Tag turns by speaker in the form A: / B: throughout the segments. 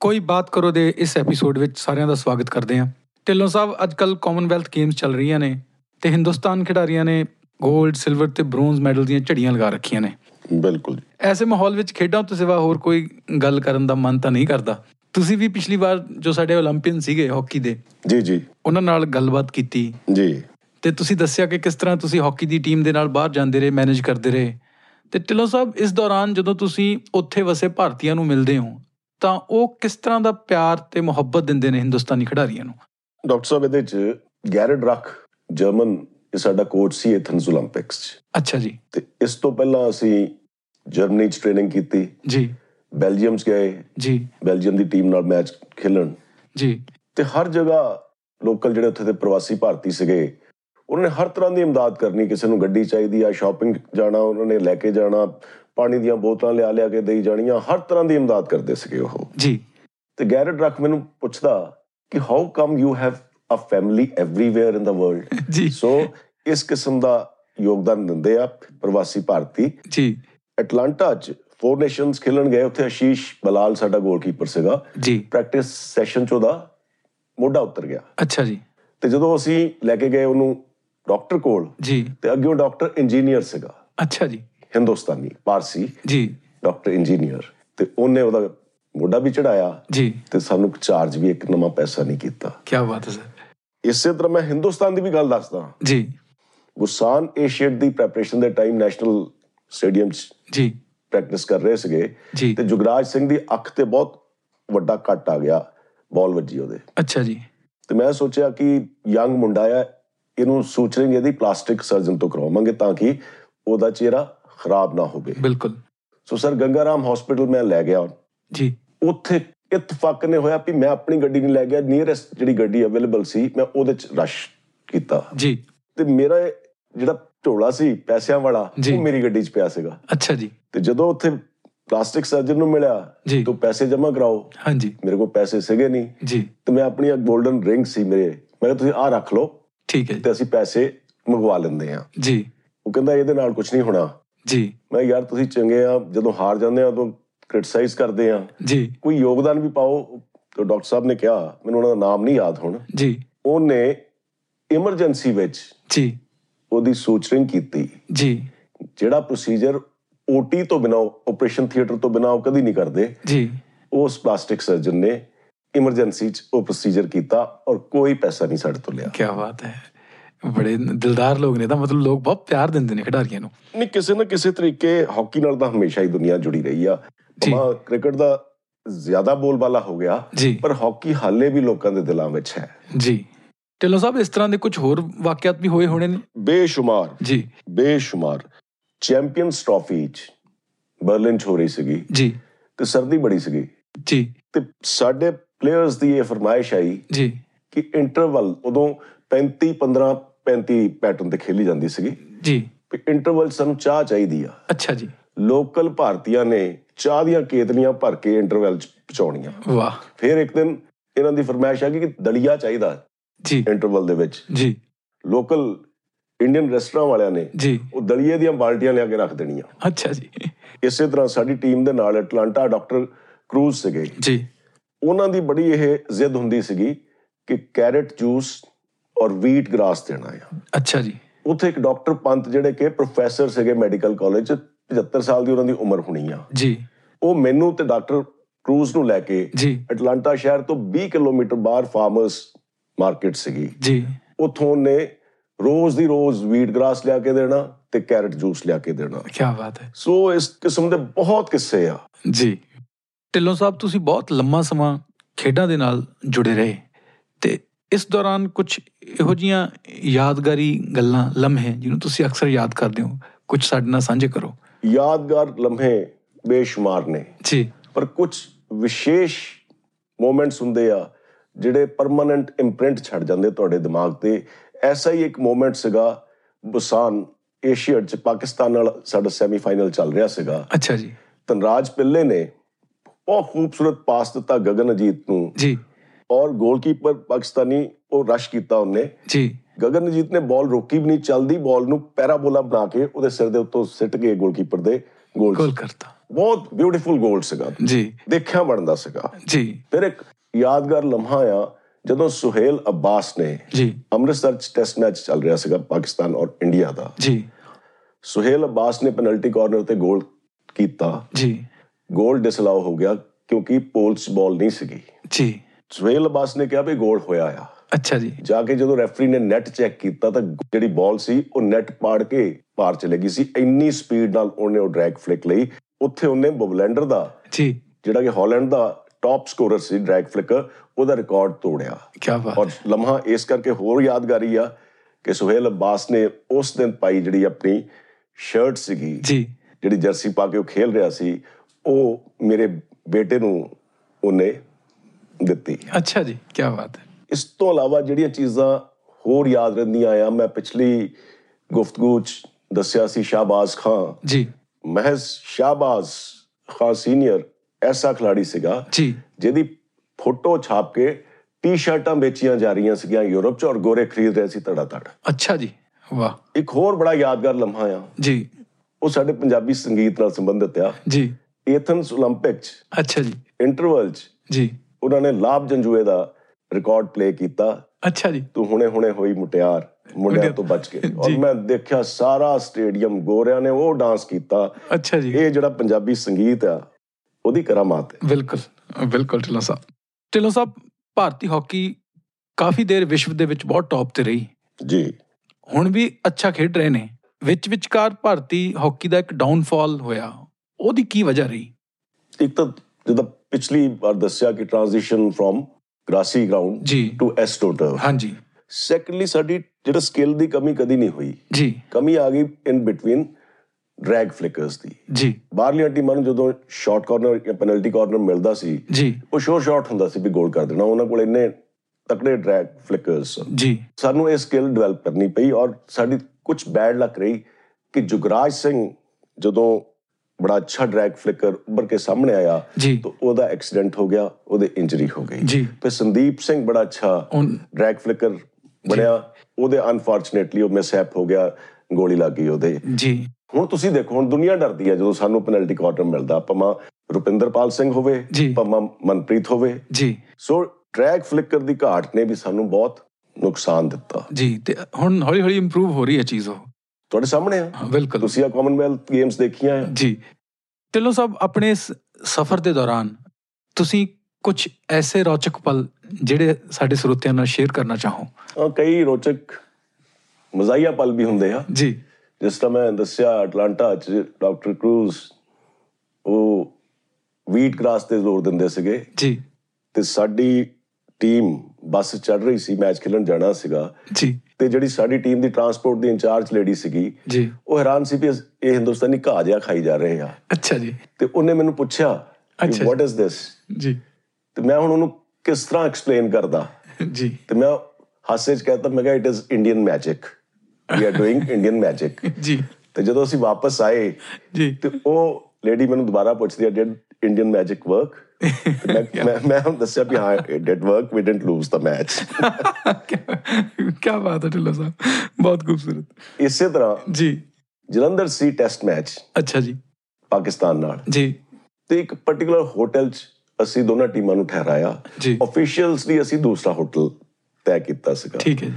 A: ਕੋਈ ਬਾਤ ਕਰੋ ਦੇ ਇਸ ਐਪੀਸੋਡ ਵਿੱਚ ਸਾਰਿਆਂ ਦਾ ਸਵਾਗਤ ਕਰਦੇ ਹਾਂ ਢਿੱਲੋਂ ਸਾਹਿਬ ਅੱਜਕੱਲ ਕਾਮਨਵੈਲਥ ਗੇਮਸ ਚੱਲ ਰਹੀਆਂ ਨੇ ਤੇ ਹਿੰਦੁਸਤਾਨ ਖਿਡਾਰੀਆਂ ਨੇ 골ਡ ਸਿਲਵਰ ਤੇ ਬ੍ਰੌਂਜ਼ ਮੈਡਲ ਦੀਆਂ ਝੜੀਆਂ ਲਗਾ ਰੱਖੀਆਂ ਨੇ
B: ਬਿਲਕੁਲ ਜੀ
A: ਐਸੇ ਮਾਹੌਲ ਵਿੱਚ ਖੇਡਾਂ ਤੋਂ ਸਿਵਾ ਹੋਰ ਕੋਈ ਗੱਲ ਕਰਨ ਦਾ ਮਨ ਤਾਂ ਨਹੀਂ ਕਰਦਾ ਤੁਸੀਂ ਵੀ ਪਿਛਲੀ ਵਾਰ ਜੋ ਸਾਡੇ 올림픽ਨ ਸੀਗੇ ਹਾਕੀ ਦੇ
B: ਜੀ ਜੀ
A: ਉਹਨਾਂ ਨਾਲ ਗੱਲਬਾਤ ਕੀਤੀ
B: ਜੀ
A: ਤੇ ਤੁਸੀਂ ਦੱਸਿਆ ਕਿ ਕਿਸ ਤਰ੍ਹਾਂ ਤੁਸੀਂ ਹਾਕੀ ਦੀ ਟੀਮ ਦੇ ਨਾਲ ਬਾਹਰ ਜਾਂਦੇ ਰਹੇ ਮੈਨੇਜ ਕਰਦੇ ਰਹੇ ਤੇ ਢਿੱਲੋਂ ਸਾਹਿਬ ਇਸ ਦੌਰਾਨ ਜਦੋਂ ਤੁਸੀਂ ਉੱਥੇ ਵਸੇ ਭਾਰਤੀਆਂ ਨੂੰ ਮਿਲਦੇ ਹੋ ਤਾਂ ਉਹ ਕਿਸ ਤਰ੍ਹਾਂ ਦਾ ਪਿਆਰ ਤੇ ਮੁਹੱਬਤ ਦਿੰਦੇ ਨੇ ਹਿੰਦੁਸਤਾਨੀ ਖਿਡਾਰੀਆਂ ਨੂੰ
B: ਡਾਕਟਰ ਸਾਹਿਬ ਇਹਦੇ ਚ ਗੈਰਡ ਰੱਖ ਜਰਮਨ ਇਹ ਸਾਡਾ ਕੋਚ ਸੀ ਐਥਨਸ 올림픽ਸ ਚ
A: ਅੱਛਾ ਜੀ
B: ਤੇ ਇਸ ਤੋਂ ਪਹਿਲਾਂ ਅਸੀਂ ਜਰਮਨੀ ਚ ਟ੍ਰੇਨਿੰਗ ਕੀਤੀ
A: ਜੀ
B: ਬੈਲਜੀਅਮ ਚ ਗਏ
A: ਜੀ
B: ਬੈਲਜੀਅਮ ਦੀ ਟੀਮ ਨਾਲ ਮੈਚ ਖੇਲਣ
A: ਜੀ
B: ਤੇ ਹਰ ਜਗ੍ਹਾ ਲੋਕਲ ਜਿਹੜੇ ਉੱਥੇ ਦੇ ਪ੍ਰਵਾਸੀ ਭਾਰਤੀ ਸੀਗੇ ਉਹਨਾਂ ਨੇ ਹਰ ਤਰ੍ਹਾਂ ਦੀ ਇਮਦਾਦ ਕਰਨੀ ਕਿਸੇ ਨੂੰ ਗੱਡੀ ਚਾਹੀਦੀ ਆ ਸ਼ਾਪਿੰਗ ਜਾਣਾ ਉਹਨਾਂ ਨੇ ਲੈ ਕੇ ਜਾਣਾ ਪਾਣੀ ਦੀਆਂ ਬੋਤਲਾਂ ਲਿਆ ਲਿਆ ਕੇ ਦੇਈ ਜਾਣੀਆਂ ਹਰ ਤਰ੍ਹਾਂ ਦੀ ਇਮਦਾਦ ਕਰਦੇ ਸੀਗੇ ਉਹ
A: ਜੀ
B: ਤੇ ਗੈਰਡ ਰੱਖ ਮੈਨੂੰ ਪੁੱਛਦਾ ਕਿ how come you have a family everywhere in the world
A: ਜੀ
B: ਸੋ ਇਸ ਕਿਸਮ ਦਾ ਯੋਗਦਾਨ ਦਿੰਦੇ ਆ ਪ੍ਰਵਾਸੀ ਭਾਰਤੀ
A: ਜੀ
B: ਐਟਲਾਂਟਾ 'ਚ ਫੋਰ ਨੇਸ਼ਨਸ ਖੇਲਣ ਗਏ ਉੱਥੇ ਆਸ਼ੀਸ਼ ਬਲਾਲ ਸਾਡਾ ਗੋਲਕੀਪਰ ਸੀਗਾ
A: ਜੀ
B: ਪ੍ਰੈਕਟਿਸ ਸੈਸ਼ਨ 'ਚ ਉਹਦਾ ਮੋਢਾ ਉਤਰ ਗਿਆ
A: ਅੱਛਾ ਜੀ
B: ਤੇ ਜਦੋਂ ਅਸੀਂ ਲੈ ਕੇ ਗਏ ਉਹਨੂੰ ਡਾਕਟਰ ਕੋਲ
A: ਜੀ
B: ਤੇ ਅੱਗੇ ਉਹ ਡਾਕਟਰ ਇੰਜੀਨੀਅਰ ਸੀਗਾ
A: ਅੱਛਾ ਜੀ
B: ਹਿੰਦੁਸਤਾਨੀ ਪਾਰਸੀ
A: ਜੀ
B: ਡਾਕਟਰ ਇੰਜੀਨੀਅਰ ਤੇ ਉਹਨੇ ਉਹਦਾ ਮੋਢਾ ਵੀ ਚੜਾਇਆ
A: ਜੀ
B: ਤੇ ਸਾਨੂੰ ਚਾਰਜ ਵੀ ਇੱਕ ਨਵਾਂ ਪੈਸਾ ਨਹੀਂ ਕੀਤਾ
A: ਕੀ ਬਾਤ ਹੈ ਸਰ
B: ਇਸੇ ਤਰ੍ਹਾਂ ਮੈਂ ਹਿੰਦੁਸਤਾਨ ਦੀ ਵੀ ਗੱਲ ਦੱਸਦਾ
A: ਜੀ
B: ਗੁਸਾਨ ਏਸ਼ੀਅਡ ਦੀ ਪ੍ਰੈਪਰੇਸ਼ਨ ਦੇ ਟਾਈਮ ਨੈਸ਼ਨਲ ਸਟੇਡੀਅਮ 'ਚ
A: ਜੀ
B: ਪ੍ਰੈਕਟਿਸ ਕਰ ਰਹੇ ਸੀਗੇ
A: ਜੀ
B: ਤੇ ਜੁਗਰਾਜ ਸਿੰਘ ਦੀ ਅੱਖ ਤੇ ਬਹੁਤ ਵੱਡਾ ਕੱਟ ਆ ਗਿਆ ਬਾਲ ਵੱਜੀ ਉਹਦੇ
A: ਅੱਛਾ ਜੀ
B: ਤੇ ਮੈਂ ਸੋਚਿਆ ਕਿ ਯੰਗ ਮੁੰਡਾ ਆ ਇਹਨੂੰ ਸੂਚਰਿੰਗ ਇਹਦੀ ਪਲਾਸਟਿਕ ਸਰਜਨ ਤੋਂ ਕਰਵਾਵਾਂਗੇ ਤਾਂ ਕਿ ਉਹਦਾ ਚਿਹਰਾ ਖਰਾਬ ਨਾ ਹੋਵੇ
A: ਬਿਲਕੁਲ
B: ਸੋ ਸਰ ਗੰਗਾਰਾਮ ਹਸਪੀਟਲ ਮੈਂ ਲੈ ਗਿਆ
A: ਜੀ
B: ਉੱਥੇ ਇਤਫਾਕ ਨੇ ਹੋਇਆ ਕਿ ਮੈਂ ਆਪਣੀ ਗੱਡੀ ਨਹੀਂ ਲੈ ਗਿਆ ਨੀਅਰੈਸਟ ਜਿਹੜੀ ਗੱਡੀ ਅਵੇਲੇਬਲ ਸੀ ਮੈਂ ਉਹਦੇ ਚ ਰਸ਼ ਕੀਤਾ
A: ਜੀ
B: ਤੇ ਮੇਰਾ ਇਹ ਜਿਹੜਾ ਝੋਲਾ ਸੀ ਪੈਸਿਆਂ ਵਾਲਾ
A: ਜੀ।
B: ਉਹ ਮੇਰੀ ਗੱਡੀ 'ਚ ਪਿਆ ਸੀਗਾ
A: ਅੱਛਾ ਜੀ
B: ਤੇ ਜਦੋਂ ਉੱਥੇ ਪਲਾਸਟਿਕ ਸਰਜਨ ਨੂੰ ਮਿਲਿਆ
A: ਜੀ
B: ਤੂੰ ਪੈਸੇ ਜਮ੍ਹਾਂ ਕਰਾਓ
A: ਹਾਂਜੀ
B: ਮੇਰੇ ਕੋਲ ਪੈਸੇ ਸੀਗੇ ਨਹੀਂ
A: ਜੀ
B: ਤੇ ਮੈਂ ਆਪਣੀ ਇੱਕ 골ਡਨ ਰਿੰਗ ਸੀ ਮੇਰੇ ਮੈਂ ਕਿਹਾ ਤੁਸੀਂ ਆਹ ਰੱਖ ਲਓ
A: ਠੀਕ ਹੈ ਜੀ।
B: ਤੇ ਅਸੀਂ ਪੈਸੇ ਮੰਗਵਾ ਲੈਂਦੇ ਆ
A: ਜੀ
B: ਉਹ ਕਹਿੰਦਾ ਇਹਦੇ ਨਾਲ ਕੁਝ ਨਹੀਂ ਹੋਣਾ
A: ਜੀ
B: ਮੈਂ ਕਿਹਾ, ਯਾਰ ਤੁਸੀਂ ਚੰਗੇ ਆ ਜਦੋਂ ਹਾਰ ਜਾਂਦੇ ਆ ਉਦੋਂ ਕ੍ਰਿਟਿਸਾਈਜ਼ ਕਰਦੇ ਆ
A: ਜੀ
B: ਕੋਈ ਯੋਗਦਾਨ ਵੀ ਪਾਓ ਤੇ ਡਾਕਟਰ ਸਾਹਿਬ ਨੇ ਕਿਹਾ ਮੈਨੂੰ ਉਹਨਾਂ ਦਾ ਨਾਮ ਨਹੀਂ ਯਾਦ ਹੁਣ
A: ਜੀ
B: ਉਹਨੇ ਇਮਰਜੈਂਸੀ ਵਿੱਚ
A: ਜੀ
B: ਉਹਦੀ ਸੂਚਰਿੰਗ ਕੀਤੀ
A: ਜੀ
B: ਜਿਹੜਾ ਪ੍ਰੋਸੀਜਰ ਓਟੀ ਤੋਂ ਬਿਨਾ ਆਪਰੇਸ਼ਨ ਥੀਏਟਰ ਤੋਂ ਬਿਨਾ ਉਹ ਕਦੀ ਨਹੀਂ ਕਰਦੇ
A: ਜੀ
B: ਉਸ ਪਲਾਸਟਿਕ ਸਰਜਨ ਨੇ ਇਮਰਜੈਂਸੀ ਚ ਉਹ ਪ੍ਰੋਸੀਜਰ ਕੀਤਾ ਔਰ ਕੋਈ ਪੈਸਾ ਨਹੀਂ ਸਾਡੇ ਤੋਂ ਲਿਆ
A: ਕੀ ਬਾਤ ਹੈ ਬੜੇ ਦਿਲਦਾਰ ਲੋਕ ਨੇ ਤਾਂ ਮਤਲਬ ਲੋਕ ਬਹੁਤ ਪਿਆਰ ਦਿੰਦੇ ਨੇ ਖਿਡਾਰੀਆਂ ਨੂੰ
B: ਨਹੀਂ ਕਿਸੇ ਨਾ ਕਿਸੇ ਤਰੀਕੇ ਹਾਕੀ ਨਾਲ ਤਾਂ ਹਮੇਸ਼ਾ ਹੀ ਦੁਨੀਆ ਜੁੜੀ ਰਹੀ ਆ
A: ਜੀ।
B: ਮਾ ਕ੍ਰਿਕਟ ਦਾ ਜ਼ਿਆਦਾ ਬੋਲਬਾਲਾ ਹੋ ਗਿਆ
A: ਜੀ
B: ਪਰ ਹਾਕੀ ਹਾਲੇ ਵੀ ਲੋਕਾਂ ਦੇ ਦਿਲਾਂ ਵਿੱਚ ਹੈ
A: ਜੀ ਢਿੱਲੋਂ ਸਾਹਿਬ ਇਸ ਤਰ੍ਹਾਂ ਦੇ ਕੁਝ ਹੋਰ ਵਾਕਿਆਤ ਵੀ ਹੋਏ ਹੋਣੇ ਨੇ
B: ਬੇਸ਼ੁਮਾਰ
A: ਜੀ
B: ਬੇਸ਼ੁਮਾਰ ਚੈਂਪੀਅਨਸ ਟਰਾਫੀ ਚ ਬਰਲਿਨ ਚ ਹੋ ਰਹੀ ਸੀਗੀ
A: ਜੀ
B: ਤੇ ਸਰਦੀ ਬੜੀ ਸੀਗੀ
A: ਜੀ
B: ਤੇ ਸਾਡੇ ਪਲੇਅਰਸ ਦੀ ਇਹ ਫਰਮਾਇਸ਼ ਆਈ
A: ਜੀ
B: ਕਿ ਇੰਟਰਵਲ ਉਦੋਂ 35 15 35 ਪੈਟਰਨ ਤੇ ਖੇਲੀ ਜਾਂਦੀ ਸੀਗੀ
A: ਜੀ
B: ਵੀ ਇੰਟਰਵਲ 'ਚ ਸਾਨੂੰ ਚਾਹ ਚਾਹੀਦੀ ਆ
A: ਅੱਛਾ ਜੀ
B: ਲੋਕਲ ਭਾਰਤੀਆਂ ਨੇ ਚਾਹ ਦੀਆਂ ਕੇਤਲੀਆਂ ਭਰ ਕੇ ਇੰਟਰਵਲ 'ਚ ਪਹੁੰਚਾਉਣੀਆਂ
A: ਵਾਹ
B: ਫਿਰ ਇੱਕ ਦਿਨ ਇਹਨਾਂ ਦੀ ਫਰਮਾਇਸ਼ ਆ ਗਈ ਕਿ ਦਲੀਆ ਚਾਹੀਦਾ
A: ਜੀ
B: ਇੰਟਰਵਲ ਦੇ ਵਿੱਚ
A: ਜੀ
B: ਲੋਕਲ ਇੰਡੀਅਨ ਰੈਸਟੋਰੈਂਟ ਵਾਲਿਆਂ ਨੇ
A: ਜੀ
B: ਉਹ ਦਲੀਏ ਦੀਆਂ ਬਾਲਟੀਆਂ ਲਿਆ ਕੇ ਰੱਖ ਦੇਣੀਆਂ
A: ਅੱਛਾ ਜੀ
B: ਇਸੇ ਤਰ੍ਹਾਂ ਸਾਡੀ ਟੀਮ ਦੇ ਨਾਲ ਐਟਲਾਂਟਾ ਡਾਕਟਰ ਕਰੂਜ਼ ਸੀਗੇ
A: ਜੀ
B: ਉਹਨਾਂ ਦੀ ਬੜੀ ਇਹ ਜ਼ਿੱਦ ਹੁੰਦੀ ਸੀਗੀ ਕਿ ਕੈਰਟ ਜੂਸ ਔਰ ਵੀਟ ਗ੍ਰਾਸ ਦੇਣਾ ਆ
A: ਅੱਛਾ ਜੀ
B: ਉੱਥੇ ਇੱਕ ਡਾਕਟਰ ਪੰਤ ਜਿਹੜੇ ਕਿ ਪ੍ਰੋਫੈਸਰ ਸੀਗੇ ਮੈਡੀਕਲ ਕਾਲਜ 'ਚ 75 ਸਾਲ ਦੀ ਉਹਨਾਂ ਦੀ ਉਮਰ ਹੋਣੀ ਆ
A: ਜੀ
B: ਉਹ ਮੈਨੂੰ ਤੇ ਡਾਕਟਰ ਕਰੂਜ਼ ਨੂੰ ਲੈ ਕੇ
A: ਜੀ
B: ਅਟਲਾਂਟਾ ਸ਼ਹਿਰ ਤੋਂ 20 ਕਿਲੋਮੀਟਰ ਬਾਹਰ ਫਾਰਮਰਸ ਮਾਰਕੀਟ ਸੀਗੀ
A: ਜੀ
B: ਉੱਥੋਂ ਨੇ ਰੋਜ਼ ਦੀ ਰੋਜ਼ ਵੀਟ ਗ੍ਰਾਸ ਲਿਆ ਕੇ ਦੇਣਾ ਤੇ ਕੈਰਟ ਜੂਸ ਲਿਆ ਕੇ ਦੇਣਾ
A: ਕੀ ਬਾਤ ਹੈ
B: ਸੋ ਇਸ ਕਿਸਮ ਦੇ ਬਹੁਤ ਕਿੱਸੇ ਆ
A: ਜੀ ਢਿੱਲੋਂ ਸਾਹਿਬ ਤੁਸੀਂ ਬਹੁਤ ਲੰਮਾ ਸਮਾਂ ਖੇਡਾਂ ਦੇ ਨਾਲ ਜੁੜੇ ਰਹੇ ਤੇ ਇਸ ਦੌਰਾਨ ਕੁਝ ਇਹੋ ਜੀਆਂ ਯਾਦਗਾਰੀ ਗੱਲਾਂ ਲਮਹੇ ਜਿਹਨੂੰ ਤੁਸੀਂ ਅਕਸਰ ਯਾਦ ਕਰਦੇ ਹੋ ਕੁਝ ਸਾਡੇ ਨਾਲ ਸਾਂਝੇ ਕਰੋ
B: ਯਾਦਗਾਰ ਲਮਹੇ ਬੇਸ਼ੁਮਾਰ ਨੇ
A: ਜੀ
B: ਪਰ ਕੁਝ ਵਿਸ਼ੇਸ਼ ਮੂਮੈਂਟਸ ਹੁੰਦੇ ਆ ਜਿਹੜੇ ਪਰਮਨੈਂਟ ਇੰਪ੍ਰਿੰਟ ਛੱਡ ਜਾਂਦੇ ਤੁਹਾਡੇ ਦਿਮਾਗ ਤੇ ਐਸਾ ਹੀ ਇੱਕ ਮੂਮੈਂਟ ਸੀਗਾ ਬੁਸਾਨ ਏਸ਼ੀਅਡ ਚ ਪਾਕਿਸਤਾਨ ਨਾਲ ਸਾਡਾ ਸੈਮੀਫਾਈਨਲ ਚੱਲ ਰਿਹਾ ਸੀਗਾ
A: ਅੱਛਾ ਜੀ
B: ਤਨਰਾਜ ਪਿੱਲੇ ਨੇ ਬਹੁਤ ਖੂਬਸੂਰਤ ਪਾਸ ਦਿੱਤਾ ਗਗਨ ਅਜੀਤ ਨੂੰ
A: ਜੀ
B: ਔਰ ਗੋਲਕੀਪਰ ਪਾਕਿਸਤਾਨੀ ਉਹ ਰਸ਼ ਕੀਤਾ ਉਹਨੇ
A: ਜੀ
B: ਗਗਨ ਅਜੀਤ ਨੇ ਬਾਲ ਰੋਕੀ ਵੀ ਨਹੀਂ ਚੱਲਦੀ ਬਾਲ ਨੂੰ ਪੈਰਾਬੋਲਾ ਬਣਾ ਕੇ ਉਹਦੇ ਸਿਰ ਦੇ ਉੱਤੋਂ ਸਿੱਟ ਕੇ ਗੋਲਕੀਪਰ ਦੇ ਗੋਲ
A: ਗੋਲ ਕਰਤਾ
B: ਬਹੁਤ ਬਿਊਟੀਫੁਲ ਗੋਲ ਸੀਗਾ
A: ਜੀ
B: ਦੇਖਿਆ ਬਣਦਾ ਸੀਗਾ
A: ਜੀ
B: ਫਿਰ ਇੱਕ ਯਾਦਗਾਰ ਲਮਹਾ ਆ ਜਦੋਂ ਸੁਹੇਲ ਅਬਾਸ ਨੇ
A: ਜੀ
B: ਅੰਮ੍ਰਿਤਸਰ ਚ ਟੈਸਟ ਮੈਚ ਚੱਲ ਰਿਹਾ ਸੀਗਾ ਪਾਕਿਸਤਾਨ ਔਰ ਇੰਡੀਆ ਦਾ
A: ਜੀ
B: ਸੁਹੇਲ ਅਬਾਸ ਨੇ ਪੈਨਲਟੀ ਕਾਰਨਰ ਤੇ ਗੋਲ ਕੀਤਾ
A: ਜੀ
B: ਗੋਲ ਡਿਸਲਾਉ ਹੋ ਗਿਆ ਕਿਉਂਕਿ ਪੋਲਸ ਬਾਲ ਨਹੀਂ ਸੀਗੀ
A: ਜੀ
B: ਸੁਹੇਲ ਅਬਾਸ ਨੇ ਕਿਹਾ ਵੀ ਗੋਲ ਹੋਇਆ ਆ
A: ਅੱਛਾ ਜੀ
B: ਜਾ ਕੇ ਜਦੋਂ ਰੈਫਰੀ ਨੇ ਨੈਟ ਚੈੱਕ ਕੀਤਾ ਤਾਂ ਜਿਹੜੀ ਬਾਲ ਸੀ ਉਹ ਨੈਟ ਪਾੜ ਕੇ ਪਾਰ ਚਲੇ ਗਈ ਸੀ ਇੰਨੀ ਸਪੀਡ ਨਾਲ ਉਹਨੇ ਉਹ ਡਰੈਗ ਫਲਿਕ ਲਈ ਉੱਥੇ ਉਹਨੇ ਬੁਬਲੈਂਡਰ ਦਾ
A: ਜੀ
B: ਜਿਹੜਾ ਕਿ ਹਾਲੈਂਡ ਦਾ ਟਾਪ ਸਕੋਰਰ ਸੀ ਡਰੈਗ ਫਲਿਕ ਉਹਦਾ ਰਿਕਾਰਡ ਤੋੜਿਆ
A: ਕੀ ਬਾਤ
B: ਔਰ ਲਮਹਾ ਇਸ ਕਰਕੇ ਹੋਰ ਯਾਦਗਾਰੀ ਆ ਕਿ ਸੁਹੇਲ ਅਬਾਸ ਨੇ ਉਸ ਦਿਨ ਪਾਈ ਜਿਹੜੀ ਆਪਣੀ ਸ਼ਰਟ ਸੀਗੀ
A: ਜੀ
B: ਜਿਹੜੀ ਜਰਸੀ ਪਾ ਕੇ ਉਹ ਖੇਲ ਰਿਹਾ ਸੀ ਉਹ ਮੇਰੇ ਬੇਟੇ ਨੂੰ ਉਹਨੇ ਦਿੱਤੀ
A: ਅੱਛਾ ਜੀ ਕੀ ਬਾਤ ਹੈ
B: ਇਸ ਤੋਂ ਇਲਾਵਾ ਜਿਹੜੀਆਂ ਚੀਜ਼ਾਂ ਹੋਰ ਯਾਦ ਰਹਿੰਦੀਆਂ ਆ ਮੈਂ ਪਿਛਲੀ ਗੁਫ਼ਤਗੂ ਚ ਦੱਸਿਆ ਸੀ ਸ਼ਾਬਾਜ਼ ਖਾਨ
A: ਜੀ
B: ਮਹਿਜ਼ ਸ਼ਾਬਾਜ਼ ਖਾਨ ਸੀਨੀਅਰ ਐਸਾ ਖਿਡਾਰੀ ਸੀਗਾ
A: ਜੀ
B: ਜਿਹਦੀ ਫੋਟੋ ਛਾਪ ਕੇ ਟੀ-ਸ਼ਰਟਾਂ ਵੇਚੀਆਂ ਜਾ ਰਹੀਆਂ ਸੀਗੀਆਂ ਯੂਰਪ 'ਚ ਔਰ ਗੋਰੇ ਖਰੀਦ ਰਹੇ ਸੀ ਧੜਾ ਧੜ
A: ਅੱਛਾ ਜੀ ਵਾਹ
B: ਇੱਕ ਹੋਰ ਬੜਾ ਯਾਦਗਾਰ ਲਮਹਾ ਆ
A: ਜੀ
B: ਉਹ ਸਾਡੇ ਪੰਜਾਬੀ ਸੰਗੀਤ ਨਾਲ ਸੰਬੰਧਿਤ ਆ
A: ਜੀ
B: ਐਥਨਸ 올림픽 'ਚ
A: ਅੱਛਾ ਜੀ
B: ਇੰਟਰਵਲ 'ਚ
A: ਜੀ
B: ਉਹਨਾਂ ਨੇ ਲਾਭ ਜੰਜੂਏ ਦਾ ਰਿਕਾਰਡ ਪਲੇ ਕੀਤਾ
A: ਅੱਛਾ ਜੀ
B: ਤੂੰ ਹੁਣੇ ਹੁਣੇ ਹੋਈ ਮੁਟਿਆਰ ਮੁੰਡਿਆਂ ਤੋਂ ਬਚ ਕੇ ਔਰ
A: ਜੀ।
B: ਮੈਂ ਦੇਖਿਆ ਸਾਰਾ ਸਟੇਡੀਅਮ ਗੋਰਿਆਂ ਨੇ ਉਹ ਡਾਂਸ ਕੀਤਾ
A: ਅੱਛਾ ਜੀ
B: ਇਹ ਜਿਹੜਾ ਪੰਜਾਬੀ ਸੰਗੀਤ ਆ ਉਹਦੀ ਕਰਾਮਾਤ ਹੈ
A: ਬਿਲਕੁਲ ਬਿਲਕੁਲ ਢਿੱਲੋਂ ਸਾਹਿਬ ਢਿੱਲੋਂ ਸਾਹਿਬ ਭਾਰਤੀ ਹਾਕੀ ਕਾਫੀ ਦੇਰ ਵਿਸ਼ਵ ਦੇ ਵਿੱਚ ਬਹੁਤ ਟੌਪ ਤੇ ਰਹੀ
B: ਜੀ
A: ਹੁਣ ਵੀ ਅੱਛਾ ਖੇਡ ਰਹੇ ਨੇ ਵਿੱਚ ਵਿਚਕਾਰ ਭਾਰਤੀ ਹਾਕੀ ਦਾ ਇੱਕ ਡਾਊਨਫਾਲ ਹੋਇਆ ਉਹਦੀ ਕੀ ਵਜ੍ਹਾ ਰਹੀ
B: ਇੱਕ ਤਾਂ ਜਦੋਂ ਪਿਛਲੀ ਵਾਰ ਦੱਸਿਆ ਕਿ ਟ੍ਰਾਂਜੀਸ਼ਨ ਫਰਮ ਗ੍ਰਾਸੀ ਗਰਾਊਂਡ
A: ਜੀ
B: ਟੂ ਐਸਟੋਟਰ
A: ਹਾਂਜੀ
B: ਸੈਕੰਡਲੀ ਸਾਡੀ ਜਿਹੜਾ ਸਕਿੱਲ ਦੀ ਕਮੀ ਕਦੀ ਨਹੀਂ ਹੋਈ
A: ਜੀ
B: ਕਮੀ ਆ ਗਈ ਇਨ ਬਿਟਵੀਨ ਡਰੈਗ ਫਲਿਕਰਸ ਦੀ
A: ਜੀ
B: ਬਾਹਰਲੀਆਂ ਟੀਮਾਂ ਨੂੰ ਜਦੋਂ ਸ਼ਾਰਟ ਕਾਰਨਰ ਜਾਂ ਪੈਨਲਟੀ ਕਾਰਨਰ ਮਿਲਦਾ ਸੀ
A: ਜੀ
B: ਉਹ ਸ਼ੋਰ ਸ਼ਾਟ ਹੁੰਦਾ ਸੀ ਵੀ ਗੋਲ ਕਰ ਦੇਣਾ ਉਹਨਾਂ ਕੋਲ ਇੰਨੇ ਤਕੜੇ ਡਰੈਗ ਫਲਿਕਰਸ
A: ਜੀ
B: ਸਾਨੂੰ ਇਹ ਸਕਿੱਲ ਡਿਵੈਲਪ ਕਰਨੀ ਪਈ ਔਰ ਸਾਡੀ ਕੁਝ ਬੈਡ ਲੱਕ ਰਹੀ ਕਿ ਜੁਗਰਾਜ ਸਿੰਘ ਜਦੋਂ ਬੜਾ ਅੱਛਾ ਡਰੈਗ ਫਲਿਕਰ ਉੱਭਰ ਕੇ ਸਾਹਮਣੇ ਆਇਆ
A: ਜੀ
B: ਤਾਂ ਉਹਦਾ ਐਕਸੀਡੈਂਟ ਹੋ ਗਿਆ ਉਹਦੇ ਇੰਜਰੀ ਹੋ ਗਈ
A: ਜੀ
B: ਫਿਰ ਸੰਦੀਪ ਸਿੰਘ ਬੜਾ ਅੱਛਾ
A: ਉਨ-
B: ਡਰੈਗ ਫਲਿਕਰ ਬਣਿਆ ਉਹਦੇ ਅਨਫੋਰਚੂਨੇਟਲੀ ਉਹ ਮਿਸਹੈਪ ਹੋ ਗਿਆ ਗੋਲੀ ਲੱਗ ਗਈ ਉਹਦੇ
A: ਜੀ
B: ਹੁਣ ਤੁਸੀਂ ਦੇਖੋ ਹੁਣ ਦੁਨੀਆ ਡਰਦੀ ਹੈ ਜਦੋਂ ਸਾਨੂੰ ਪੈਨਲਟੀ ਕਾਰਨਰ ਮਿਲਦਾ ਭਾਵੇਂ ਰੁਪਿੰਦਰਪਾਲ ਸਿੰਘ ਹੋਵੇ
A: ਜੀ।
B: ਭਾਵੇਂ ਮਨਪ੍ਰੀਤ ਹੋਵੇ
A: ਜੀ
B: ਸੋ ਡਰੈਗ ਫਲਿਕਰ ਦੀ ਘਾਟ ਨੇ ਵੀ ਸਾਨੂੰ ਬਹੁਤ ਨੁਕਸਾਨ ਦਿੱਤਾ
A: ਜੀ ਤੇ ਹੁਣ ਹੌਲੀ ਹੌਲੀ ਇੰਪਰੂਵ ਹੋ ਰਹੀ ਹੈ ਚੀਜ਼ ਉਹ
B: ਤੁਹਾਡੇ ਸਾਹਮਣੇ ਆ
A: ਹਾਂ, ਬਿਲਕੁਲ
B: ਤੁਸੀਂ ਆ ਕਾਮਨਵੈਲਥ ਗੇਮਸ ਦੇਖੀਆਂ ਆ
A: ਜੀ ਢਿੱਲੋਂ ਸਾਹਿਬ ਆਪਣੇ ਇਸ ਸਫ਼ਰ ਦੇ ਦੌਰਾਨ ਤੁਸੀਂ ਕੁਝ ਐਸੇ ਰੌਚਕ ਪਲ ਜਿਹੜੇ ਸਾਡੇ ਸਰੋਤਿਆਂ ਨਾਲ ਸ਼ੇਅਰ ਕਰਨਾ ਚਾਹੋ
B: ਅਹ ਕਈ ਰੋਚਕ ਮਜ਼ਾਈਆ ਪਲ ਵੀ ਹੁੰਦੇ ਆ
A: ਜੀ
B: ਜਿਸ ਤਰ੍ਹਾਂ ਮੈਂ ਦੱਸਿਆ ਅਟਲਾਂਟਾ ਚ ਡਾਕਟਰ ਕਰੂਜ਼ ਉਹ ਵੀਟ ਗ੍ਰਾਸ ਤੇ ਜ਼ੋਰ ਦਿੰਦੇ ਸੀਗੇ
A: ਜੀ
B: ਤੇ ਸਾਡੀ ਟੀਮ ਬੱਸ ਚੜ ਰਹੀ ਸੀ ਮੈਚ ਖੇਲਣ ਜਾਣਾ ਸੀਗਾ
A: ਜੀ
B: ਤੇ ਜਿਹੜੀ ਸਾਡੀ ਟੀਮ ਦੀ ਟਰਾਂਸਪੋਰਟ ਦੀ ਇੰਚਾਰਜ ਲੇਡੀ ਸੀਗੀ
A: ਜੀ
B: ਉਹ ਹੈਰਾਨ ਸੀ ਵੀ ਅਸ- ਇਹ ਹਿੰਦੁਸਤਾਨੀ ਘਾਹ ਜਿਹਾ ਖਾਈ ਜਾ ਰਹੇ ਆ
A: ਅੱਛਾ ਜੀ
B: ਤੇ ਉਹਨੇ ਮੈਨੂੰ ਪੁੱਛਿਆ
A: ਅੱਛਾ।
B: ਵਾਟ ਇਜ਼ ਥਿਸ
A: ਜੀ
B: ਤੇ ਮੈਂ ਹੁਣ ਉਹਨੂੰ ਕਿਸ ਤਰ੍ਹਾਂ ਐਕਸਪਲੇਨ ਕਰਦਾ
A: ਜੀ
B: ਤੇ ਮੈਂ ਹਾਸੇ ਚ ਕਹਤਾ ਮੈਂ ਕਿਹਾ it is Indian magic we are doing Indian magic
A: ਜੀ
B: ਤੇ ਜਦੋਂ ਅਸੀਂ ਵਾਪਸ ਆਏ
A: ਜੀ
B: ਤੇ ਉਹ ਲੇਡੀ ਮੈਨੂੰ ਦੁਬਾਰਾ ਪੁੱਛਦੀ ਆ ਡਿਡ ਇੰਡੀਅਨ ਮੈਜਿਕ ਵਰਕ ਮੈਂ ਮੈਂ- ਮੈਂ ਉਹਨੂੰ ਦੱਸਿਆ ਵੀ ਹਾਂ it did work we didn't lose the match
A: ਕੀ ਬਾਤ ਹੈ ਢਿੱਲੋਂ ਸਾਹਿਬ ਬਹੁਤ ਖੂਬਸੂਰਤ
B: ਇਸੇ ਤਰ੍ਹਾਂ
A: ਜੀ
B: ਜਲੰਧਰ ਸੀ ਟੈਸਟ ਮੈਚ
A: ਅੱਛਾ ਜੀ
B: ਪਾਕਿਸਤਾਨ ਨਾਲ
A: ਜੀ
B: ਤੇ ਇੱਕ ਪਾਰਟਿਕੂਲਰ ਹੋਟਲ 'ਚ ਅਸੀਂ ਦੋਨਾਂ ਟੀਮਾਂ ਨੂੰ ਠਹਿਰਾਇਆ
A: ਜੀ
B: ਆਫੀਸ਼ੀਅਲਸ ਲਈ ਅਸੀਂ ਦੂਸਰਾ ਹੋਟਲ ਤੈਅ ਕੀਤਾ ਸੀਗਾ
A: ਠੀਕ ਹੈ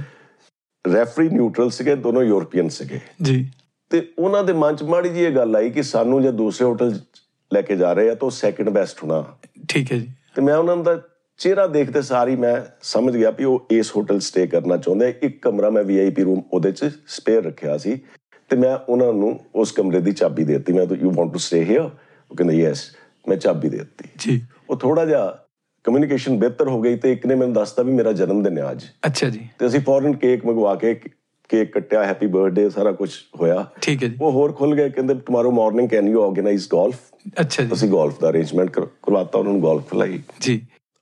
B: ਰੈਫਰੀ ਨਿਊਟਰਲ ਸੀਗੇ ਦੋਨੋਂ ਯੂਰਪੀਅਨ ਸੀਗੇ
A: ਜੀ ਜੀ,
B: ਤੇ ਉਹਨਾਂ ਦੇ ਮਨ 'ਚ ਮਾੜੀ ਜੀ ਇਹ ਗੱਲ ਆਈ ਕਿ ਸਾਨੂੰ ਜੇ ਦੂਸਰੇ ਹੋਟਲ 'ਚ ਲੈ ਕੇ ਜਾ ਰਹੇ ਆ ਤਾਂ ਉਹ ਸੈਕਿੰਡ ਬੈਸਟ ਹੋਣਾ
A: ਠੀਕ ਹੈ ਜੀ
B: ਤੇ ਮੈਂ ਉਹਨਾਂ ਦਾ ਚਿਹਰਾ ਦੇਖਦੇ ਸਾਰੀ ਮੈਂ ਸਮਝ ਗਿਆ ਵੀ ਉਹ ਇਸ ਹੋਟਲ ਸਟੇ ਕਰਨਾ ਚਾਹੁੰਦੇ ਆ। ਇੱਕ ਕਮਰਾ ਮੈਂ ਵੀਆਈਪੀ ਰੂਮ ਉਹਦੇ 'ਚ ਸਪੇਅਰ ਰੱਖਿਆ ਸੀ ਤੇ ਮੈਂ ਉਹਨਾਂ ਨੂੰ ਉਸ ਕਮਰੇ ਦੀ ਚਾਬੀ ਦੇ ਦਿੱਤੀ ਮੈਂ ਤਾਂ you want to stay here ਉਹ ਕਹਿੰਦੇ ਯੈਸ ਮੈਂ ਚਾਬੀ ਦੇ ਦਿੱਤੀ
A: ਜੀ
B: ਉਹ ਥੋੜਾ ਜਿਹਾ ਕਮਿਊਨੀਕੇਸ਼ਨ ਬਿਹਤਰ ਹੋ ਗਈ ਤੇ ਇੱਕ ਨੇ ਮੈਨੂੰ ਦੱਸਤਾ ਵੀ ਮੇਰਾ ਜਨਮ ਦਿਨ ਹੈ ਅੱਜ
A: ਅੱਛਾ ਜੀ
B: ਤੇ ਅਸੀਂ ਫੌਰਨ ਕੇਕ ਮੰਗਵਾ ਕੇ ਕੇਕ ਕੱਟਿਆ ਹੈਪੀ ਬਰਥਡੇ ਸਾਰਾ ਕੁਝ ਹੋਇਆ
A: ਠੀਕ ਹੈ ਜੀ
B: ਉਹ ਹੋਰ ਖੁੱਲ ਗਏ ਕਹਿੰਦੇ tomorrow morning can you organise golf
A: ਅੱਛਾ ਜੀ
B: ਅਸੀਂ ਗੋਲਫ ਦਾ ਅਰੇਂਜਮੈਂਟ ਕਰਵਾਤਾ ਉਹਨਾਂ ਨੂੰ ਗੋਲਫ ਖਿਲਾਈ
A: ਜੀ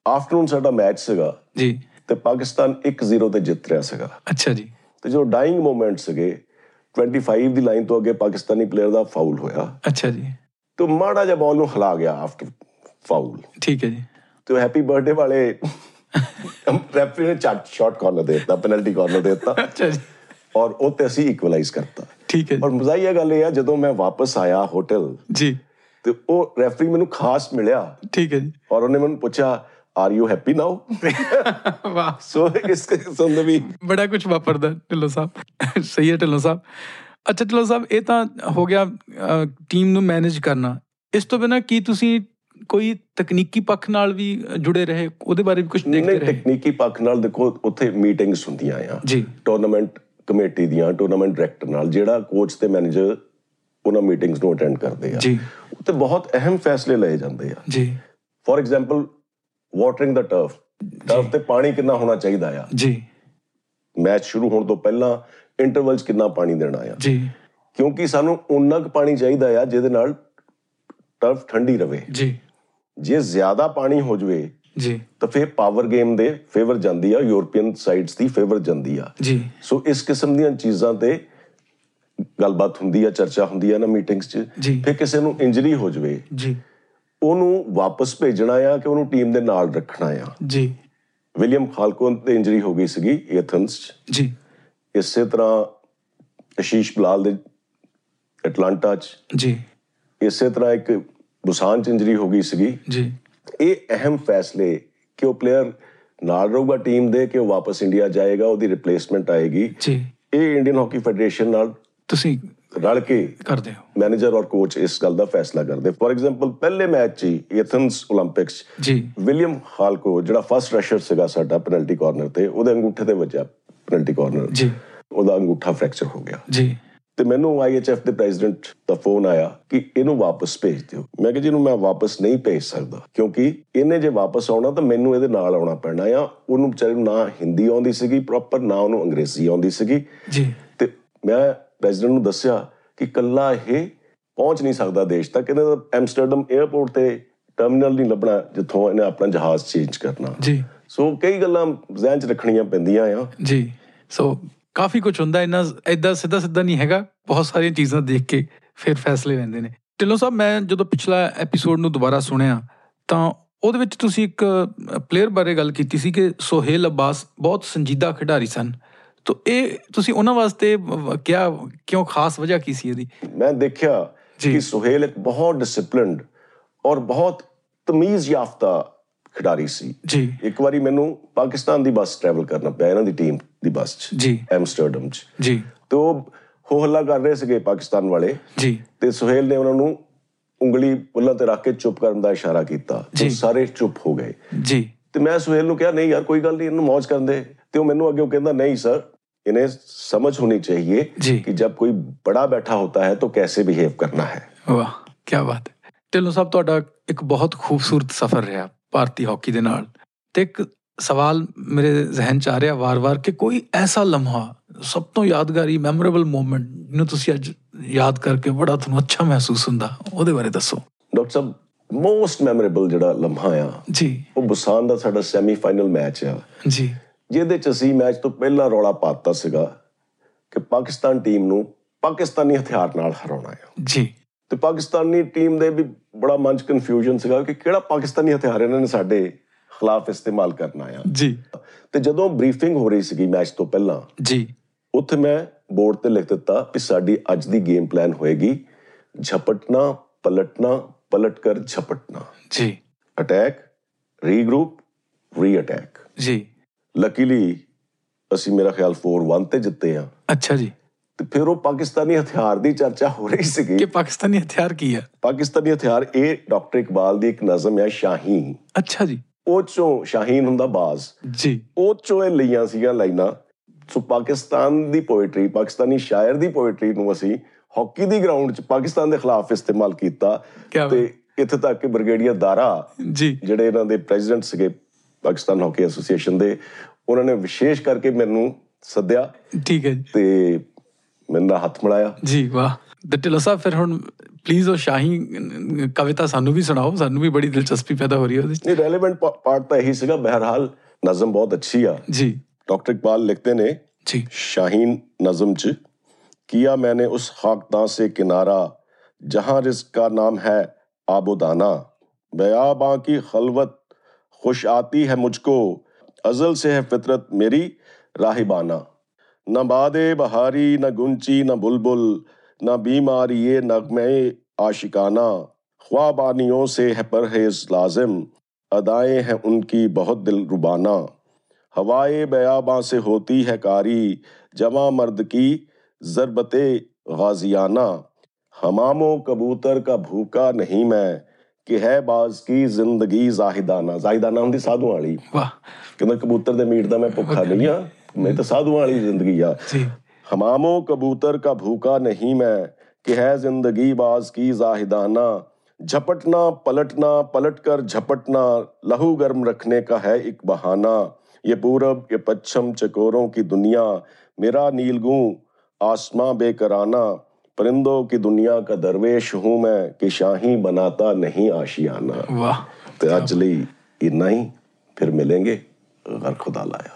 B: ਆਫਟਰਨੂਨ ਸਾਡਾ ਮੈਚ ਸੀਗਾ
A: ਜੀ
B: ਤੇ ਪਾਕਿਸਤਾਨ 1-0 ਤੇ ਜਿੱਤ ਰਿਹਾ ਸੀਗਾ
A: ਅੱਛਾ ਜੀ
B: ਤੇ ਜੋ ਡਾਈਂਗ ਮੂਮੈਂਟ ਸੀਗੇ 25 ਦੀ ਲਾਈਨ ਤੋਂ ਅੱਗੇ ਪਾਕਿਸਤਾਨੀ ਪਲੇਅਰ ਦਾ ਫਾਊਲ ਹੋਇਆ
A: ਅੱਛਾ ਜੀ
B: ਤੇ ਉਹ ਮਾੜਾ ਜਿਹਾ ਬਾਲ ਨੂੰ ਹਿਲਾ ਗਿਆ ਆਫਟਰ ਫਾਊਲ
A: ਠੀਕ ਹੈ ਜੀ
B: ਤੇ ਉਹ ਹੈਪੀ ਬਰਥਡੇ ਵਾਲੇ ਰੈਫਰੀ ਨੇ ਚਾਟ ਸ਼ਾਟ ਕਾਰਨਰ ਦੇ ਦਿੱਤਾ ਪੈਨਲਟੀ ਕਾਰਨਰ ਦੇ ਦਿੱਤਾ
A: ਅੱਛਾ ਜੀ
B: ਔਰ ਉਹ ਤੇ ਅਸੀਂ ਇਕੁਅਲਾਈਜ਼ ਕਰਤਾ
A: ਠੀਕ ਹੈ ਜੀ
B: ਔਰ ਮਜ਼ਾਈਆ ਗੱਲ ਇਹ ਆ ਜਦੋਂ ਮੈਂ ਵਾਪਸ ਆਇਆ ਹੋਟਲ
A: ਜੀ
B: ਤੇ ਤੇ ਉਹ ਰੈਫਰੀ ਮੈਨੂੰ ਖਾਸ ਮਿਲਿਆ
A: ਠੀਕ ਹੈ ਜੀ
B: ਔਰ ਉਹਨੇ ਮੈਨੂੰ ਪੁੱਛਿਆ ਆਰ ਯੂ ਹੈਪੀ ਨਾਓ
A: ਵਾਹ
B: ਸੋ ਇਸ ਕਿਸਮ ਦੇ ਵੀ
A: ਬੜਾ ਕੁਝ ਵਾਪਰਦਾ ਢਿੱਲੋਂ ਸਾਹਿਬ ਸਹੀ ਹੈ ਢਿੱਲੋਂ ਸਾਹਿਬ ਅੱਛਾ ਢਿੱਲੋਂ ਸਾਹਿਬ ਇਹ ਤਾਂ ਹੋ ਗਿਆ ਅ, ਟੀਮ ਨੂੰ ਮੈਨੇਜ ਕਰਨਾ ਇਸ ਤੋਂ ਬਿਨਾ ਕੀ ਤੁਸੀਂ ਕੋਈ ਤਕਨੀਕੀ ਪੱਖ ਨਾਲ ਵੀ ਜੁੜੇ ਰਹੇ ਉਹਦੇ ਬਾਰੇ ਵੀ ਕੁਝ ਦੇਖਦੇ
B: ਨਹੀਂ
A: ਰਹੇ
B: ਤਕਨੀਕੀ ਪੱਖ ਨਾਲ ਦੇਖੋ ਉੱਥੇ ਮੀਟਿੰਗਸ ਹੁੰਦੀਆਂ ਆ
A: ਜੀ
B: ਟੂਰਨਾਮੈਂਟ ਕਮੇਟੀ ਦੀਆਂ ਟੂਰਨਾਮੈਂਟ ਡਾਇਰੈਕਟਰ ਨਾਲ ਜਿਹੜਾ ਕੋਚ ਤੇ ਮੈਨੇਜਰ ਉਹਨਾਂ ਮੀਟਿੰਗਸ ਨੂੰ ਅਟੈਂਡ ਕਰਦੇ ਆ
A: ਜੀ
B: ਉੱਤੇ ਬਹੁਤ ਅਹਿਮ ਫੈਸਲੇ ਲਏ ਜਾਂਦੇ ਆ
A: ਜੀ
B: ਫੋਰ ਐਗਜ਼ਾਮਪਲ ਵਾਟਰਿੰਗ ਦਾ ਟਰਫ ਟਰਫ ਤੇ ਪਾਣੀ ਕਿੰਨਾ ਹੋਣਾ ਚਾਹੀਦਾ ਆ
A: ਜੀ
B: ਮੈਚ ਸ਼ੁਰੂ ਹੋਣ ਤੋਂ ਪਹਿਲਾਂ ਇੰਟਰਵਲਸ ਕਿੰਨਾ ਪਾਣੀ ਦੇਣਾ ਆ
A: ਜੀ
B: ਕਿਉਂਕਿ ਸਾਨੂੰ ਉਨਾ ਕੁ ਪਾਣੀ ਚਾਹੀਦਾ ਆ ਜਿਹਦੇ ਨਾਲ ਟਰਫ ਠੰਡੀ ਰਵੇ
A: ਜੀ
B: ਜੇ ਜ਼ਿਆਦਾ ਪਾਣੀ ਹੋ ਜਵੇ
A: ਜੀ
B: ਤਾਂ ਫਿਰ ਪਾਵਰ ਗੇਮ ਦੇ ਫੇਵਰ ਜਾਂਦੀ ਆ ਯੂਰਪੀਅਨ ਸਾਈਡਸ ਦੀ ਫੇਵਰ ਜਾਂਦੀ ਆ
A: ਜੀ
B: ਸੋ ਇਸ ਕਿਸਮ ਦੀਆਂ ਚੀਜ਼ਾਂ ਤੇ ਗੱਲਬਾਤ ਹੁੰਦੀ ਆ ਚਰਚਾ ਹੁੰਦੀ ਆ ਨਾ ਮੀਟਿੰਗਸ 'ਚ
A: ਜੀ।
B: ਫਿਰ ਕਿਸੇ ਨੂੰ ਇੰਜਰੀ ਹੋ ਜਵੇ
A: ਜੀ
B: ਉਹਨੂੰ ਵਾਪਸ ਭੇਜਣਾ ਆ ਕਿ ਉਹਨੂੰ ਟੀਮ ਦੇ ਨਾਲ ਰੱਖਣਾ ਆ
A: ਜੀ
B: ਵਿਲੀਅਮ ਖਾਲਕੋ ਤੇ ਇੰਜਰੀ ਹੋ ਗਈ ਸੀਗੀ ਏਥਨਸ 'ਚ
A: ਜੀ
B: ਇਸੇ ਤਰ੍ਹਾਂ ਅਸ਼ੀਸ਼ ਬਲਾਲ ਦੇ ਐਟਲਾਂਟਾ 'ਚ
A: ਜੀ
B: ਇਸੇ ਤਰ੍ਹਾਂ ਇੱਕ ਬੁਸਾਨ 'ਚ ਇੰਜਰੀ ਹੋ ਗਈ ਸੀਗੀ
A: ਜੀ
B: ਇਹ ਅਹਿਮ ਫੈਸਲੇ ਕਿ ਉਹ ਪਲੇਅਰ ਨਾਲ ਰਹੂਗਾ ਟੀਮ ਦੇ ਕਿ ਉਹ ਵਾਪਸ ਇੰਡੀਆ ਜਾਏਗਾ ਉਹਦੀ ਰਿਪਲੇਸਮੈਂਟ ਆਏਗੀ
A: ਜੀ
B: ਇਹ ਇੰਡੀਅਨ ਹਾਕੀ ਫੈਡਰੇਸ਼ਨ ਨਾਲ
A: ਤੁਸੀਂ
B: ਰਲ ਕੇ
A: ਕਰਦੇ ਹੋ
B: ਮੈਨੇਜਰ ਔਰ ਕੋਚ ਇਸ ਗੱਲ ਦਾ ਫੈਸਲਾ ਕਰਦੇ ਫੋਰ ਐਗਜ਼ਾਮਪਲ ਪਹਿਲੇ ਮੈਚ 'ਚ ਹੀ ਏਥਨਸ 올림픽ਸ
A: ਜੀ
B: ਵਿਲੀਅਮ ਹਾਲਕੋ ਜਿਹੜਾ ਫਸਟ ਰਸ਼ਰ ਸੀਗਾ ਸਾਡਾ ਪੈਨਲਟੀ ਕਾਰਨਰ ਤੇ ਉਹਦੇ ਅੰਗੂਠੇ ਤੇ ਵੱਜਿਆ ਪੈਨਲਟੀ ਕਾਰਨਰ
A: ਜੀ
B: ਉਹਦਾ ਅੰਗੂਠਾ ਫ੍ਰੈਕਚਰ ਹੋ ਗਿਆ
A: ਜੀ
B: ਤੇ ਮੈਨੂੰ ਆਈਐਚਐਫ ਦੇ ਪ੍ਰੈਜ਼ੀਡੈਂਟ ਦਾ ਫੋਨ ਆਇਆ ਕਿ ਇਹਨੂੰ ਵਾਪਸ ਭੇਜ ਦਿਓ ਮੈਂ ਕਿਹਾ ਜੀ ਇਹਨੂੰ ਮੈਂ ਵਾਪਸ ਨਹੀਂ ਭੇਜ ਸਕਦਾ ਕਿਉਂਕਿ ਇਹਨੇ ਜੇ ਵਾਪਸ ਆਉਣਾ ਤਾਂ ਮੈਨੂੰ ਇਹਦੇ ਨਾਲ ਆਉਣਾ ਪੈਣਾ ਆ ਉਹਨੂੰ ਵਿਚਾਰੇ ਨੂੰ ਨਾ ਹਿੰਦੀ ਆਉਂਦੀ ਸੀਗੀ ਪ੍ਰੋਪਰ ਨਾ ਉਹਨੂੰ ਅੰਗਰੇਜ਼ੀ ਆਉਂਦੀ ਸੀਗੀ
A: ਜੀ
B: ਤੇ ਮੈਂ ਪ੍ਰੈਜ਼ੀਡੈਂਟ ਨੂੰ ਦੱਸਿਆ ਕਿ ਕੱਲਾ ਇਹ ਪਹੁੰਚ ਨਹੀਂ ਸਕਦਾ ਦੇਸ਼ ਤੱਕ ਇਹਨੇ ਤਾਂ ਐਮਸਟਰਡਮ 에ਅਰਪੋਰਟ ਤੇ ਟਰਮੀਨਲ ਨਹੀਂ ਲੱਭਣਾ ਜਿੱਥੋਂ ਇਹਨੇ ਆਪਣਾ ਜਹਾਜ਼ ਚੇਂਜ ਕਰਨਾ
A: ਜੀ
B: ਸੋ ਕਈ ਗੱਲਾਂ ਜ਼ਿਹਨ 'ਚ ਰੱਖਣੀਆਂ ਪੈਂਦੀਆਂ ਆ
A: ਜੀ ਸੋ ਕਾਫੀ ਕੁਝ ਹੁੰਦਾ ਇੰਨਾ ਐਦਾਂ ਸਿੱਧਾ ਸਿੱਧਾ ਨਹੀਂ ਹੈਗਾ ਬਹੁਤ ਸਾਰੀਆਂ ਚੀਜ਼ਾਂ ਦੇਖ ਕੇ ਫਿਰ ਫੈਸਲੇ ਲੈਂਦੇ ਨੇ ਢਿੱਲੋਂ ਸਾਹਿਬ ਮੈਂ ਜਦੋਂ ਪਿਛਲਾ ਐਪੀਸੋਡ ਨੂੰ ਦੁਬਾਰਾ ਸੁਣਿਆ ਤਾਂ ਉਹਦੇ ਵਿੱਚ ਤੁਸੀਂ ਇੱਕ ਪਲੇਅਰ ਬਾਰੇ ਗੱਲ ਕੀਤੀ ਸੀ ਕਿ ਸੋਹੇਲ ਅਬਾਸ ਬਹੁਤ ਸੰਜੀਦਾ ਖਿਡਾਰੀ ਸਨ ਤਾਂ ਇਹ ਤੁਸੀਂ ਉਹਨਾਂ ਵਾਸਤੇ ਵ- ਕਿਆ ਕਿਉਂ ਖਾਸ ਵਜ੍ਹਾ ਕੀ ਸੀ ਇਹਦੀ
B: ਮੈਂ ਦੇਖਿਆ
A: ਜੀ।
B: ਕਿ ਸੁਹੇਲ ਇੱਕ ਬਹੁਤ ਡਿਸਪਲਿਨਡ ਔਰ ਬਹੁਤ ਤਮੀਜ਼ ਯਾਫਤਾ ਖਿਡਾਰੀ ਸੀ
A: ਜੀ
B: ਇੱਕ ਵਾਰੀ ਮੈਨੂੰ ਪਾਕਿਸਤਾਨ ਦੀ ਬੱਸ ਟਰੈਵਲ ਕਰਨਾ ਪਿਆ ਇਹਨਾਂ ਦੀ ਟੀਮ ਦੀ ਬੱਸ 'ਚ
A: ਜੀ
B: ਐਮਸਟਰਡਮ 'ਚ
A: ਜੀ
B: ਤੇ ਉਹ ਹੋ ਹੱਲਾ ਕਰ ਰਹੇ ਸੀਗੇ ਪਾਕਿਸਤਾਨ ਵਾਲੇ
A: ਜੀ
B: ਤੇ ਸੁਹੇਲ ਨੇ ਉਹਨਾਂ ਨੂੰ ਉਂਗਲੀ ਬੁੱਲਾਂ ਤੇ ਰੱਖ ਕੇ ਚੁੱਪ ਕਰਨ ਦਾ ਇਸ਼ਾਰਾ ਕੀਤਾ
A: ਜੀ।
B: ਉਹ ਸਾਰੇ ਚੁੱਪ ਹੋ ਗਏ
A: ਜੀ
B: ਤੇ ਮੈਂ ਸੁਹੇਲ ਨੂੰ ਕਿਹਾ ਨਹੀਂ ਯਾਰ ਕੋਈ ਗੱਲ ਨਹੀਂ ਇਹਨੂੰ ਮौज ਕਰਨ ਦੇ ਤੇ ਉਹ ਮੈਨੂੰ ਅੱਗੇ ਉਹ ਕਹਿੰਦਾ ਨਹੀਂ ਸਰ इन्हें समझ होनी चाहिए
A: जी।
B: कि जब कोई बड़ा बैठा होता है तो कैसे बिहेव करना है
A: ਵਾਹ ਕੀ ਬਾਤ ਹੈ ਢਿੱਲੋਂ ਸਾਹਿਬ ਤੁਹਾਡਾ ਇੱਕ ਬਹੁਤ ਖੂਬਸੂਰਤ ਸਫ਼ਰ ਰਿਹਾ ਭਾਰਤੀ ਹਾਕੀ ਦੇ ਨਾਲ ਤੇ ਇੱਕ ਸਵਾਲ ਮੇਰੇ ਜ਼ਿਹਨ ਚ ਆ ਰਿਹਾ ਵਾਰ-ਵਾਰ ਕਿ ਕੋਈ ਐਸਾ ਲਮਹਾ ਸਭ ਤੋਂ ਯਾਦਗਾਰੀ ਮੈਮੋਰੇਬਲ ਮੂਮੈਂਟ ਜਿਹਨੂੰ ਤੁਸੀਂ ਅੱਜ ਯਾਦ ਕਰਕੇ ਬੜਾ ਤੁਹਾਨੂੰ ਅੱਛਾ ਮਹਿਸੂਸ ਹੁੰਦਾ ਉਹਦੇ ਬਾਰੇ ਦੱਸੋ
B: ਡਾਕਟਰ ਸਾਹਿਬ ਮੋਸਟ ਮੈਮੋਰੇਬਲ ਜਿਹੜਾ ਲਮਹਾ ਆ
A: ਜੀ
B: ਉਹ ਬੁਸਾਨ ਦਾ ਸਾਡਾ ਸੈਮੀਫਾਈਨਲ ਮੈਚ ਆ
A: ਜੀ
B: ਜਿਹਦੇ ਚ ਅਸੀਂ ਮੈਚ ਤੋਂ ਪਹਿਲਾਂ ਰੌਲਾ ਪਾਤਾ ਸੀਗਾ ਕਿ ਪਾਕਿਸਤਾਨ ਟੀਮ ਨੂੰ ਪਾਕਿਸਤਾਨੀ ਹਥਿਆਰ ਨਾਲ ਹਰਾਉਣਾ ਆ
A: ਜੀ
B: ਤੇ ਪਾਕਿਸਤਾਨੀ ਟੀਮ ਦੇ ਵੀ ਬੜਾ ਮਨ ਚ ਕਨਫਿਊਜ਼ਨ ਸੀਗਾ ਕਿ ਕਿਹੜਾ ਪਾਕਿਸਤਾਨੀ ਹਥਿਆਰ ਇਹਨਾਂ ਨੇ ਸਾਡੇ ਖਿਲਾਫ ਇਸਤੇਮਾਲ ਕਰਨਾ ਆ
A: ਜੀ
B: ਤੇ ਜਦੋਂ ਬਰੀਫਿੰਗ ਹੋ ਰਹੀ ਸੀਗੀ ਮੈਚ ਤੋਂ ਪਹਿਲਾਂ
A: ਜੀ
B: ਉੱਥੇ ਮੈਂ ਬੋਰਡ ਤੇ ਲਿਖ ਦਿੱਤਾ ਕਿ ਸਾਡੀ ਅੱਜ ਦੀ ਗੇਮ ਪਲਾਨ ਹੋਏਗੀ ਝਪਟਣਾ ਪਲਟਣਾ ਪਲਟ ਕਰ ਝਪਟਣਾ
A: ਜੀ
B: ਅਟੈਕ ਰੀਗਰੂਪ ਰੀ ਅਟੈਕ
A: ਜੀ
B: ਲੱਕੀਲੀ ਅਸੀਂ ਮੇਰਾ ਖਿਆਲ 4-1 ਤੇ ਜਿੱਤੇ ਆ
A: ਅੱਛਾ ਜੀ
B: ਤੇ ਫਿਰ ਉਹ ਪਾਕਿਸਤਾਨੀ ਹਥਿਆਰ ਦੀ ਚਰਚਾ ਹੋ ਰਹੀ ਸੀਗੀ
A: ਕਿ ਪਾਕਿਸਤਾਨੀ ਹਥਿਆਰ ਕੀ ਹੈ
B: ਪਾਕਿਸਤਾਨੀ ਹਥਿਆਰ ਇਹ ਡਾਕਟਰ ਇਕਬਾਲ ਦੀ ਇੱਕ ਨਜ਼ਮ ਹੈ ਸ਼ਾਹੀਨ
A: ਅੱਛਾ ਜੀ
B: ਉਹ ਚੋਂ ਸ਼ਾਹੀਨ ਹੁੰਦਾ ਬਾਜ਼
A: ਜੀ
B: ਉਹ ਚੋਂ ਇਹ ਲਈਆਂ ਸੀਗੀਆਂ ਲਾਈਨਾਂ ਸੋ ਪਾਕਿਸਤਾਨ ਦੀ ਪੋਇਟਰੀ ਪਾਕਿਸਤਾਨੀ ਸ਼ਾਇਰ ਦੀ ਪੋਇਟਰੀ ਨੂੰ ਅਸੀਂ ਹਾਕੀ ਦੀ ਗਰਾਊਂਡ 'ਚ ਪਾਕਿਸਤਾਨ ਦੇ ਖਿਲਾਫ ਇਸਤੇਮਾਲ ਕੀਤਾ
A: ਕਿਆ
B: ਤੇ ਇੱਥੇ ਤੱਕ ਕਿ ਬ੍ਰਿਗੇਡੀਅਰ ਦਾਰਾ
A: ਜੀ
B: ਜਿਹੜੇ ਇਹਨਾਂ ਦੇ ਪ੍ਰੈਜ਼ੀਡੈਂਟ ਸੀਗੇ ਪਾਕਿਸਤਾਨ ਹਾਕੀ ਐਸੋਸੀਏਸ਼ਨ ਦੇ ਉਹਨਾਂ ਨੇ ਵਿਸ਼ੇਸ਼ ਕਰਕੇ ਮੈਨੂੰ ਸੱਦਿਆ
A: ਠੀਕ ਹੈ ਜੀ
B: ਤੇ ਮੈਨੂੰ ਨਾਲ ਹੱਥ ਮਿਲਾਇਆ
A: ਜੀ ਵਾਹ ਤੇ ਢਿੱਲੋਂ ਸਾਹਿਬ ਫਿਰ ਹੁਣ ਪਲੀਜ਼ ਉਹ ਸ਼ਾਹੀ ਅਹ, ਕਵਿਤਾ ਸਾਨੂੰ ਵੀ ਸੁਣਾਓ ਸਾਨੂੰ ਵੀ ਬੜੀ ਦਿਲਚਸਪੀ ਪੈਦਾ ਹੋ ਰਹੀ ਹੈ ਉਹਦੇ 'ਚ
B: ਇਹ ਰੈਲੇਵੈਂਟ ਪਾਰਟ ਤਾਂ ਇਹੀ ਸੀਗਾ ਬਹਿਰਹਾਲ ਨਜ਼ਮ ਬਹੁਤ ਅੱਛੀ ਆ
A: ਜੀ
B: ਡਾਕਟਰ ਇਕਬਾਲ ਲਿਖਦੇ ਨੇ
A: ਜੀ
B: शाहीन नज़म च किया मैंने उस खाकदा से किनारा जहां रिस्क का नाम है आबोदाना बयाबां की खलवत खुश आती है मुझको अजल से है फितरत मेरी राहिबाना न बादे बहारी न गुंची न बुलबुल न बीमारी ये नगमे आशिकाना ख्वाबानियों से है परहेज लाजिम अदाएं हैं उनकी बहुत दिल रुबाना हवाए बयाबां से होती है कारी जमा मर्द की ज़रबते गाजियाना हमामो कबूतर का भूखा नहीं मैं ਕਿ ਹੈ ਬਾਜ਼ ਕੀ ਜ਼ਿੰਦਗੀ ਜ਼ਾਹਿਦਾਨਾ ਜ਼ਾਹਿਦਾਨਾ ਹੁੰਦੀ ਸਾਧੂਆਂ ਵਾਲੀ
A: ਵਾਹ
B: ਕਹਿੰਦਾ ਕਬੂਤਰ ਦੇ ਮੀਟ ਦਾ ਮੈਂ ਭੁੱਖਾ ਨਹੀਂ ਆ ਮੈਂ ਤਾਂ ਸਾਧੂਆਂ ਵਾਲੀ ਜ਼ਿੰਦਗੀ ਆ
A: ਜੀ
B: ਹਮਾਮੋ ਕਬੂਤਰ ਕਾ ਭੂਖਾ ਨਹੀਂ ਮੈਂ ਕਿ ਹੈ ਜ਼ਿੰਦਗੀ ਬਾਜ਼ ਕੀ ਜ਼ਾਹਿਦਾਨਾ झपटना पलटना पलट कर झपटना लहू गर्म रखने का है एक बहाना ये पूरब ये पश्चिम चकोरों की दुनिया मेरा नीलगू आसमां बेकराना परिंदों की दुनिया का दरवेश हूं मैं कि शाही बनाता नहीं आशियाना
A: ਵਾਹ
B: ਤੇ ਅੱਜ ਲਈ ਇੰਨਾ ਹੀ ਫਿਰ ਮਿਲਾਂਗੇ ਗਰ ਖੁਦਾ ਲਾਇਆ